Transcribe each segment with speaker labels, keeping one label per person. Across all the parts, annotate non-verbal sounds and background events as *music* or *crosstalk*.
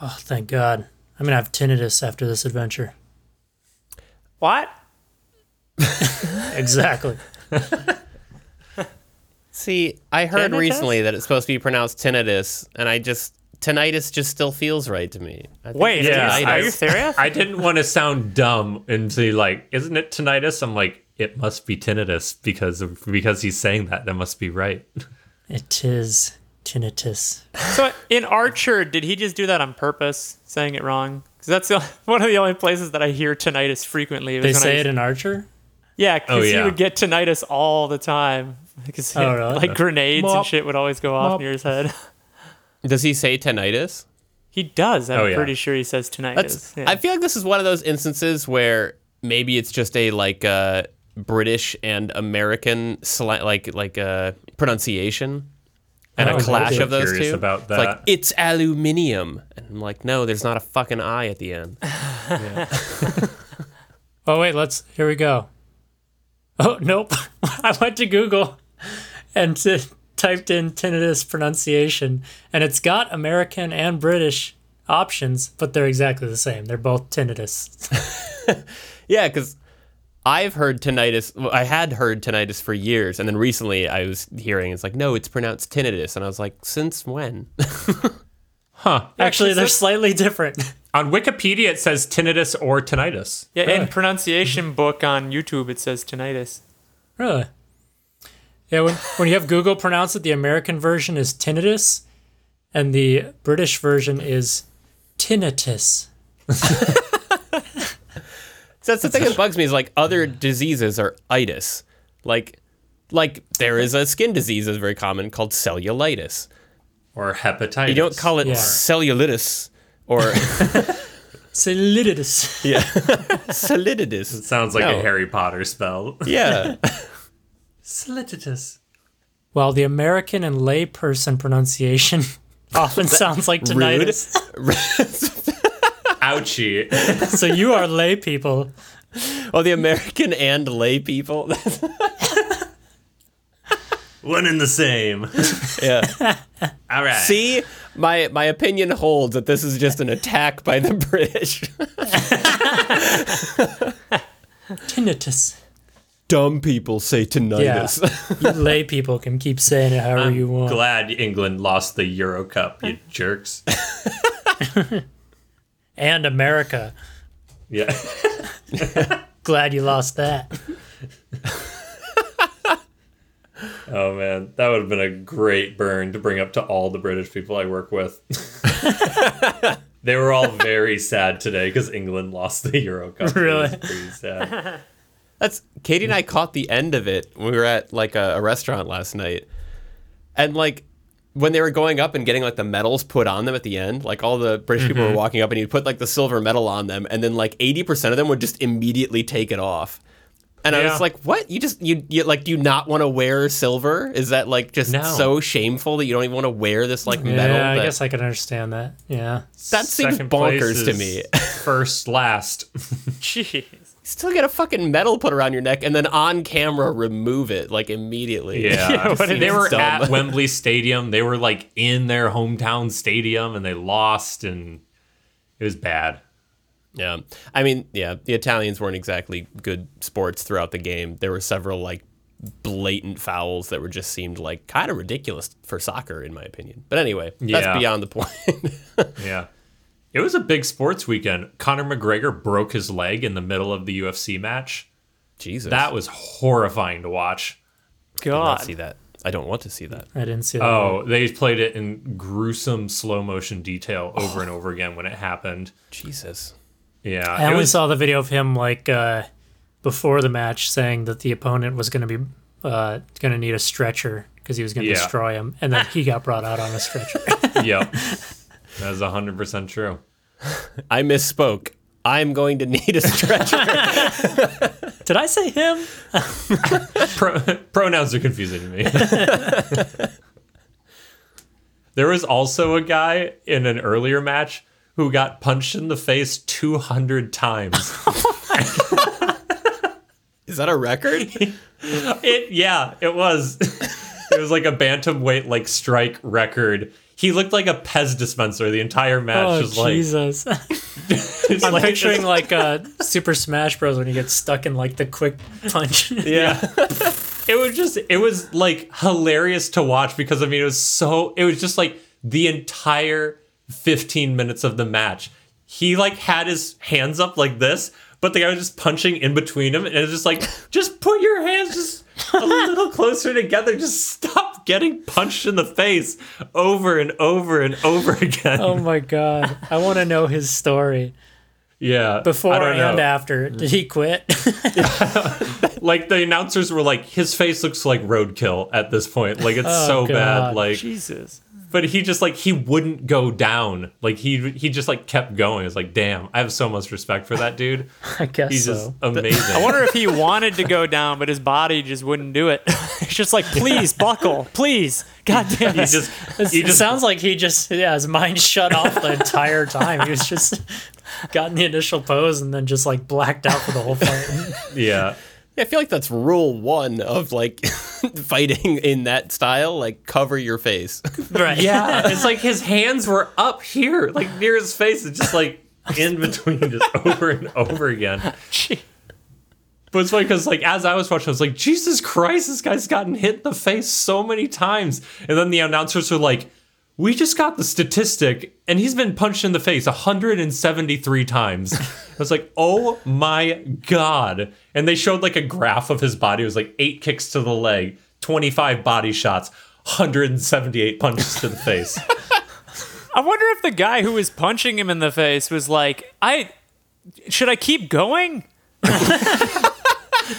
Speaker 1: Oh, thank God. I'm going to have tinnitus after this adventure.
Speaker 2: What?
Speaker 1: Exactly.
Speaker 3: See, I heard
Speaker 2: Tinnitus?
Speaker 3: recently that it's supposed to be pronounced tinnitus, and I just tinnitus just still feels right to me. I think
Speaker 2: Wait,
Speaker 3: it's
Speaker 2: yeah,
Speaker 3: tinnitus.
Speaker 2: are you serious?
Speaker 4: I didn't want to sound dumb and say like, "Isn't it tinnitus?" I'm like, "It must be tinnitus because of, because he's saying that. That must be right."
Speaker 1: it is tinnitus.
Speaker 2: so in Archer, did he just do that on purpose, saying it wrong? Because that's the, *laughs* one of the only places that I hear tinnitus frequently.
Speaker 1: They say it in Archer?
Speaker 2: Yeah, because
Speaker 4: Oh,
Speaker 2: he
Speaker 4: yeah.
Speaker 2: would get tinnitus all the time. *laughs* Because
Speaker 1: Oh, really?
Speaker 2: like grenades
Speaker 3: Mop.
Speaker 2: and shit would always go off
Speaker 3: Mop.
Speaker 2: near his head. *laughs*
Speaker 3: Does he say tinnitus?
Speaker 2: He does. I'm
Speaker 4: Oh, yeah.
Speaker 2: pretty sure he says tinnitus.
Speaker 3: That's,
Speaker 2: yeah.
Speaker 3: I feel like this is one of those instances where maybe it's just a like uh, British and American sla- like like uh, pronunciation and
Speaker 4: I
Speaker 3: a
Speaker 4: was
Speaker 3: clash
Speaker 4: also
Speaker 3: of those
Speaker 4: curious
Speaker 3: two.
Speaker 4: about
Speaker 3: It's like
Speaker 4: that.
Speaker 3: it's aluminium, and I'm like, no, there's not a fucking I at the end.
Speaker 1: Oh, wait, let's. Here we go. Oh, nope. *laughs* I went to Google and *laughs* t- typed in tinnitus pronunciation, and it's got American and British options, but they're exactly the same. They're both tinnitus.
Speaker 3: Yeah, because I've heard tinnitus. well, I had heard tinnitus for years, and then recently I was hearing it's like, no, it's pronounced tinnitus, and I was like, since when? *laughs*
Speaker 1: Actually, they're
Speaker 2: it's-
Speaker 1: slightly different. *laughs*
Speaker 4: On Wikipedia, it says tinnitus or tinnitus.
Speaker 2: yeah, in pronunciation book on YouTube, it says
Speaker 1: *laughs*
Speaker 2: tinnitus.
Speaker 1: Really? Yeah, when, when you have Google pronounce it, the American version is tinnitus, and the British version is tinnitus.
Speaker 3: So that's the thing that bugs me is like other diseases are itis. Like like there is a skin disease that's very common called cellulitis.
Speaker 4: Or hepatitis.
Speaker 3: You don't call it
Speaker 1: Yeah.
Speaker 3: cellulitis or *laughs*
Speaker 1: Soliditus.
Speaker 3: yeah. soliditis.
Speaker 4: Sounds like
Speaker 3: No.
Speaker 4: a Harry Potter spell.
Speaker 3: *laughs* Yeah.
Speaker 1: Soliditus. While the American and layperson pronunciation *laughs* often sounds like
Speaker 3: Rude.
Speaker 1: tinnitus.
Speaker 4: Ouchie. *laughs*
Speaker 1: So you are lay people.
Speaker 3: Oh, the American and lay people. *laughs*
Speaker 4: One and the same.
Speaker 3: yeah.
Speaker 4: All right.
Speaker 3: See, my my opinion holds that this is just an attack by the British.
Speaker 1: Tinnitus.
Speaker 3: Dumb people say *laughs*
Speaker 1: Yeah.
Speaker 3: tinnitus.
Speaker 1: you lay people can keep saying it however you want.
Speaker 4: Glad England lost the Euro Cup, you jerks.
Speaker 1: and America.
Speaker 4: Yeah.
Speaker 1: Glad you lost that.
Speaker 4: Oh man, that would have been a great burn to bring up to all the British people I work *laughs* with. they were all very sad today because England lost the Euro Cup. It was
Speaker 1: Really?
Speaker 4: pretty *laughs* sad.
Speaker 3: That's Katie and I caught the end of it. We were at like a, a restaurant last night, and like when they were going up and getting like the medals put on them at the end, like all the British people were walking up and you'd put like the silver medal on them, and then like eighty percent of them would just immediately take it off. And I
Speaker 2: Yeah.
Speaker 3: was like, "What? You just you, you like do you not want to wear silver? Is that like just
Speaker 4: No.
Speaker 3: so shameful that you don't even want to wear this like
Speaker 1: Yeah,
Speaker 3: medal?"
Speaker 1: I
Speaker 3: that-
Speaker 1: guess I can understand that. Yeah.
Speaker 3: that seems
Speaker 4: Second place
Speaker 3: bonkers to
Speaker 4: is
Speaker 3: me.
Speaker 4: *laughs* First, last.
Speaker 2: Jeez.
Speaker 3: Still get a fucking medal put around your neck and then on camera remove it like immediately.
Speaker 4: *laughs* Yeah,
Speaker 2: what it
Speaker 4: they
Speaker 2: is.
Speaker 4: were
Speaker 3: Dumb.
Speaker 4: at Wembley Stadium. They were like in their hometown stadium, and they lost, and it was bad.
Speaker 3: Yeah. I mean, yeah, the Italians weren't exactly good sports throughout the game. There were several like blatant fouls that were just seemed like kind of ridiculous for soccer in my opinion. But anyway,
Speaker 4: Yeah.
Speaker 3: that's beyond the point. *laughs*
Speaker 4: Yeah. It was a big sports weekend. Conor McGregor broke his leg in the middle of the UFC match.
Speaker 3: Jesus.
Speaker 4: That was horrifying to watch.
Speaker 3: I don't
Speaker 2: God.
Speaker 3: see that. I don't want to see that.
Speaker 1: I didn't see that.
Speaker 4: Oh, they played it in gruesome slow motion detail over and over again when it happened.
Speaker 3: Jesus.
Speaker 4: *laughs* Yeah.
Speaker 1: I
Speaker 4: it
Speaker 1: only
Speaker 4: was,
Speaker 1: saw the video of him like uh, before the match saying that the opponent was going to be uh, going to need a stretcher because he was going to
Speaker 4: Yeah.
Speaker 1: destroy him, and then he got brought out on a stretcher.
Speaker 4: yep. That is 100% true.
Speaker 3: I misspoke. I'm going to need a stretcher.
Speaker 1: *laughs*
Speaker 3: *laughs*
Speaker 1: Did I say him?
Speaker 4: Pro- *laughs* pronouns are confusing to me. *laughs* there was also a guy in an earlier match who got punched in the face 200 times.
Speaker 1: *laughs*
Speaker 3: Is that a record?
Speaker 4: It yeah, it was. it was like a bantamweight like strike record. He looked like a Pez dispenser the entire match.
Speaker 1: Oh
Speaker 4: just like,
Speaker 1: Jesus! *laughs*
Speaker 4: just
Speaker 1: I'm
Speaker 4: like-
Speaker 1: picturing like uh, Super Smash Bros. when he gets stuck in like the quick punch.
Speaker 4: Yeah. it was just it was like hilarious to watch because I mean it was so it was just like the entire 15 minutes of the match. He like had his hands up like this, but the guy was just punching in between him and it was
Speaker 1: *laughs*
Speaker 4: just like just put your hands just a little closer together. Just stop getting punched in the face over and over and over
Speaker 1: *laughs*
Speaker 4: again.
Speaker 1: oh my God! I want to know his story
Speaker 4: yeah.
Speaker 1: before
Speaker 4: I don't know.
Speaker 1: and after. Did he quit?
Speaker 4: Like the announcers were like, his face looks like roadkill at this point. Like it's
Speaker 1: Oh,
Speaker 4: so bad.
Speaker 1: God.
Speaker 4: Like
Speaker 2: Jesus.
Speaker 4: but he just like he wouldn't go down. Like he he just like kept going. It's like, damn, I have so much respect for
Speaker 2: *laughs*
Speaker 4: that dude.
Speaker 1: I guess
Speaker 4: He's
Speaker 1: so.
Speaker 4: just
Speaker 1: *laughs*
Speaker 4: amazing.
Speaker 2: I wonder if he wanted to go down, but his body just wouldn't do it. *laughs* it's just like, please buckle, please, God damn
Speaker 4: he
Speaker 2: it.
Speaker 4: just he
Speaker 1: it
Speaker 4: just
Speaker 1: sounds like he just yeah his mind shut off the entire time. He was just *laughs* gotten the initial pose and then just like blacked out for the whole fight.
Speaker 4: yeah.
Speaker 2: *laughs*
Speaker 3: I feel like that's rule one of like *laughs* fighting in that style. Like cover your face. *laughs*
Speaker 1: right?
Speaker 4: Yeah. It's like his hands were up here, like near his face. It's just
Speaker 2: *laughs*
Speaker 4: like in between just over and over again.
Speaker 2: Gee.
Speaker 4: But it's funny because like as I was watching, I was like, Jesus Christ, this guy's gotten hit in the face so many times. And then the announcers were like, we just got the statistic, and he's been punched in the face 173
Speaker 1: *laughs*
Speaker 4: times. I was like, oh my God. And they showed like a graph of his body. It was like eight kicks to the leg, 25 body shots, 178 punches to the
Speaker 1: *laughs*
Speaker 4: face.
Speaker 2: I wonder if the guy who was punching him in the face was like, I should I keep going?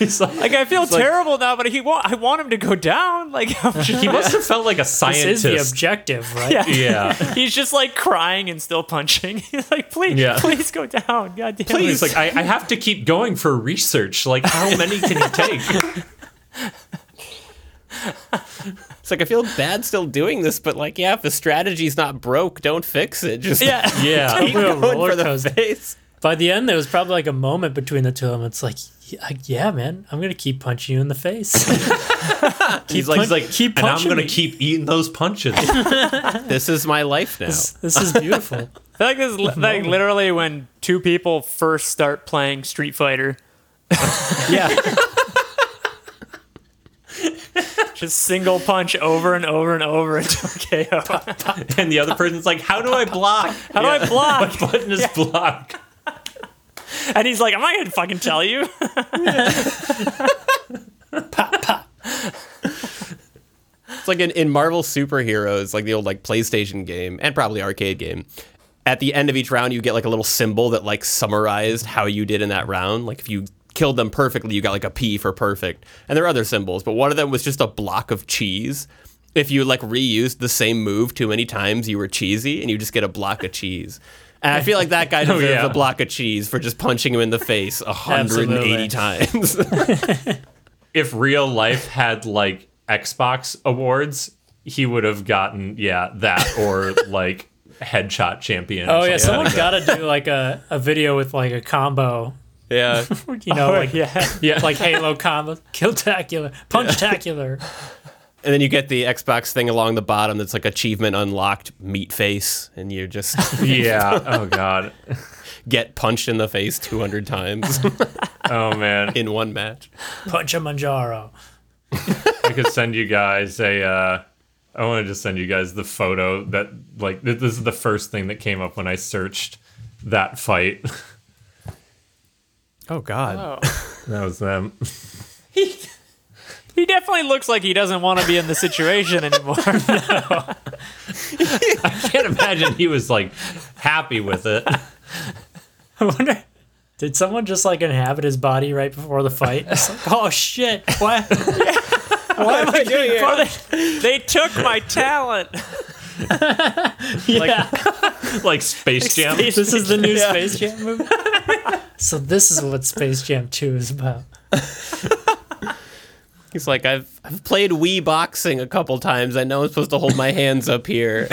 Speaker 4: He's like,
Speaker 2: Like I feel terrible now, but he want, I want him to go down.
Speaker 1: *laughs*
Speaker 2: Like I'm just-
Speaker 4: he must have felt like a
Speaker 1: this is the
Speaker 4: scientist.
Speaker 1: objective, right?
Speaker 2: Yeah.
Speaker 4: Yeah.
Speaker 1: *laughs*
Speaker 2: he's just like crying and still punching. *laughs* He's like, please,
Speaker 4: Yeah.
Speaker 2: please go down. God damn
Speaker 4: And
Speaker 2: it.
Speaker 4: He's like, I, I have to keep going for research. Like, how many can he take?
Speaker 3: It's like I feel bad still doing this, but like yeah, if the strategy's not broke, don't fix it. Just yeah.
Speaker 2: *laughs* Yeah.
Speaker 4: Yeah.
Speaker 1: We were
Speaker 3: going
Speaker 1: roller
Speaker 3: for the
Speaker 1: coaster.
Speaker 3: face.
Speaker 1: *laughs* By the end, there was probably like a moment between the two of them. It's like, yeah, yeah, man, I'm gonna keep punching you in the face. *laughs*
Speaker 4: He's like, he's
Speaker 1: punch-
Speaker 4: like,
Speaker 1: keep
Speaker 4: and I'm
Speaker 1: punching
Speaker 4: gonna
Speaker 1: me."
Speaker 4: keep eating those
Speaker 1: *laughs*
Speaker 4: punches.
Speaker 3: This is my life now.
Speaker 1: this, this is beautiful.
Speaker 2: *laughs* I feel like this is li- like literally when two people first start playing
Speaker 1: *laughs*
Speaker 2: Street Fighter.
Speaker 4: yeah,
Speaker 2: *laughs* Just single punch over and over and over until
Speaker 1: *laughs*
Speaker 2: *laughs* KO. How
Speaker 4: and the other person's like, "How do I block? How
Speaker 2: do I block?
Speaker 4: do I button is block?"
Speaker 2: And he's like, I'm not gonna fucking tell you. *laughs*
Speaker 3: It's like in, in Marvel superheroes, like the old like PlayStation game and probably arcade game. At the end of each round, you get like a little symbol that like summarized how you did in that round. Like if you killed them perfectly, you got like a P for perfect. And there are other symbols, but one of them was just a block of cheese. If you like reused the same move too many times, you were cheesy, and you just get a block of cheese. And I feel like that guy deserves
Speaker 4: yeah.
Speaker 3: a block of cheese for just punching him in the face 180
Speaker 1: Absolutely.
Speaker 3: times. *laughs*
Speaker 4: If real life had like Xbox awards, he would have gotten yeah that *laughs* or like headshot champion. or
Speaker 1: Oh yeah,
Speaker 4: something.
Speaker 1: someone gotta do like a, a video with like a combo.
Speaker 3: yeah.
Speaker 1: You know, like
Speaker 2: yeah.
Speaker 4: yeah.
Speaker 1: *laughs* like Halo combo, kill tacular, punch tacular.
Speaker 3: And then you get the Xbox thing along the bottom that's like achievement unlocked meat face, and you
Speaker 4: *laughs*
Speaker 3: just *laughs*
Speaker 4: yeah. Oh god.
Speaker 3: get punched in the face 200 times *laughs*
Speaker 4: Oh man.
Speaker 3: in one match.
Speaker 1: Punch a Manjaro.
Speaker 4: I could send you guys a. Uh, I want to just send you guys the photo that like th- this is the first thing that came up when I searched that fight.
Speaker 3: Oh, God.
Speaker 4: *laughs* That was them.
Speaker 2: He definitely looks like he doesn't want to be in the situation *laughs* anymore.
Speaker 4: I can't imagine he was like happy with it. *laughs*
Speaker 1: I wonder, did someone just like inhabit his body right before the fight? It's like, oh shit, why, why am I doing it?
Speaker 2: they took my talent.
Speaker 1: Yeah,
Speaker 4: Like Space Jam.
Speaker 1: this is the new
Speaker 2: Yeah.
Speaker 1: Space Jam movie. so this is what Space Jam Two is about.
Speaker 3: He's like, I've, I've played Wii boxing a couple times. I know I'm supposed to hold my hands up here.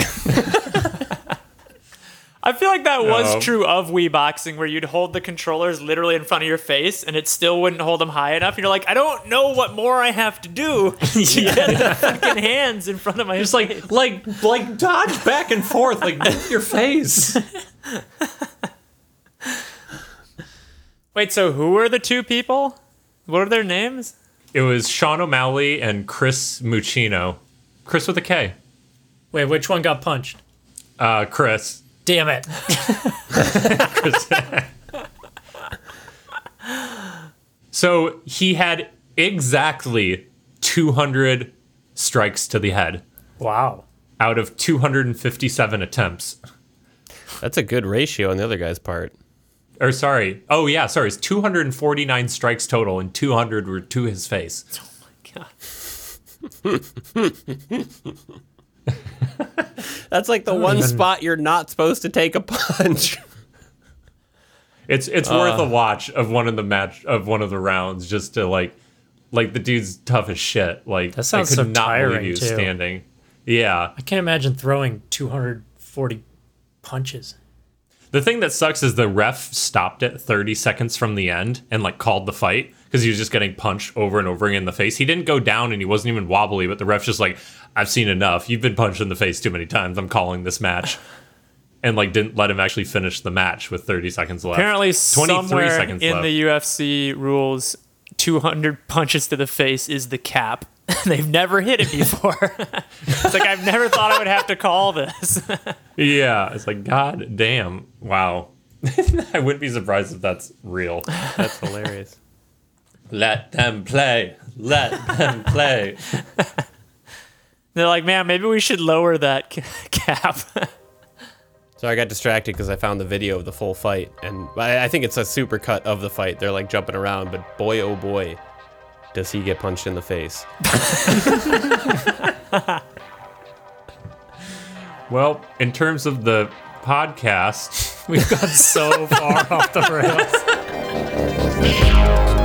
Speaker 2: I feel like that was
Speaker 4: Um,
Speaker 2: true of Wii boxing, where you'd hold the controllers literally in front of your face, and it still wouldn't hold them high enough. You're like, I don't know what more I have to do
Speaker 1: *laughs*
Speaker 2: *laughs* to get the fucking hands in front of my.
Speaker 4: Just like like *laughs* like dodge back and forth, like move your face.
Speaker 2: Wait, so who are the two people? What are their names?
Speaker 4: It was Sean O'Malley and Chris Muccino. Chris with a K.
Speaker 1: Wait, which one got punched?
Speaker 4: Uh, Chris.
Speaker 1: Damn it.
Speaker 4: So he had exactly 200 strikes to the head
Speaker 1: Wow.
Speaker 4: out of 257 attempts.
Speaker 3: That's a good ratio on the other guy's part.
Speaker 4: Or sorry. Oh yeah, sorry. It's 249 strikes total and 200 were to his face.
Speaker 2: God.
Speaker 3: That's like the
Speaker 4: Oh,
Speaker 3: one spot you're not supposed to take a punch.
Speaker 4: It's it's
Speaker 1: Uh.
Speaker 4: worth a watch of one of the match of one of the rounds just to like like the dude's tough as shit. Like
Speaker 1: That sounds
Speaker 4: I could
Speaker 1: so
Speaker 4: not believe
Speaker 1: tiring,
Speaker 4: he was
Speaker 1: too.
Speaker 4: standing. Yeah.
Speaker 1: I can't imagine throwing 240 punches.
Speaker 4: The thing that sucks is the ref stopped at 30 seconds from the end and like called the fight because he was just getting punched over and over again in the face. He didn't go down and he wasn't even wobbly, but the ref's just like, I've seen enough. You've been punched in the face too many times. I'm calling this match. *laughs* And like didn't let him actually finish the match with 30 seconds left.
Speaker 2: Apparently,
Speaker 4: 23
Speaker 2: somewhere
Speaker 4: seconds
Speaker 2: in
Speaker 4: left.
Speaker 2: the UFC rules, 200 punches to the face is the cap. *laughs* They've never hit it before. *laughs* it's like I've never thought I would have to call this. *laughs*
Speaker 4: yeah, it's like God damn, wow. *laughs* I wouldn't be surprised if that's real.
Speaker 3: That's hilarious.
Speaker 4: Let them play. Let them play.
Speaker 2: They're like, man, maybe we should lower that ca- *laughs* cap.
Speaker 3: So I got distracted because I found the video of the full fight, and I, I think it's a supercut of the fight. They're like jumping around, but boy, oh boy, does he get punched in the face.
Speaker 4: Well, in terms of the podcast, *laughs*
Speaker 1: We've gone so far off the rails.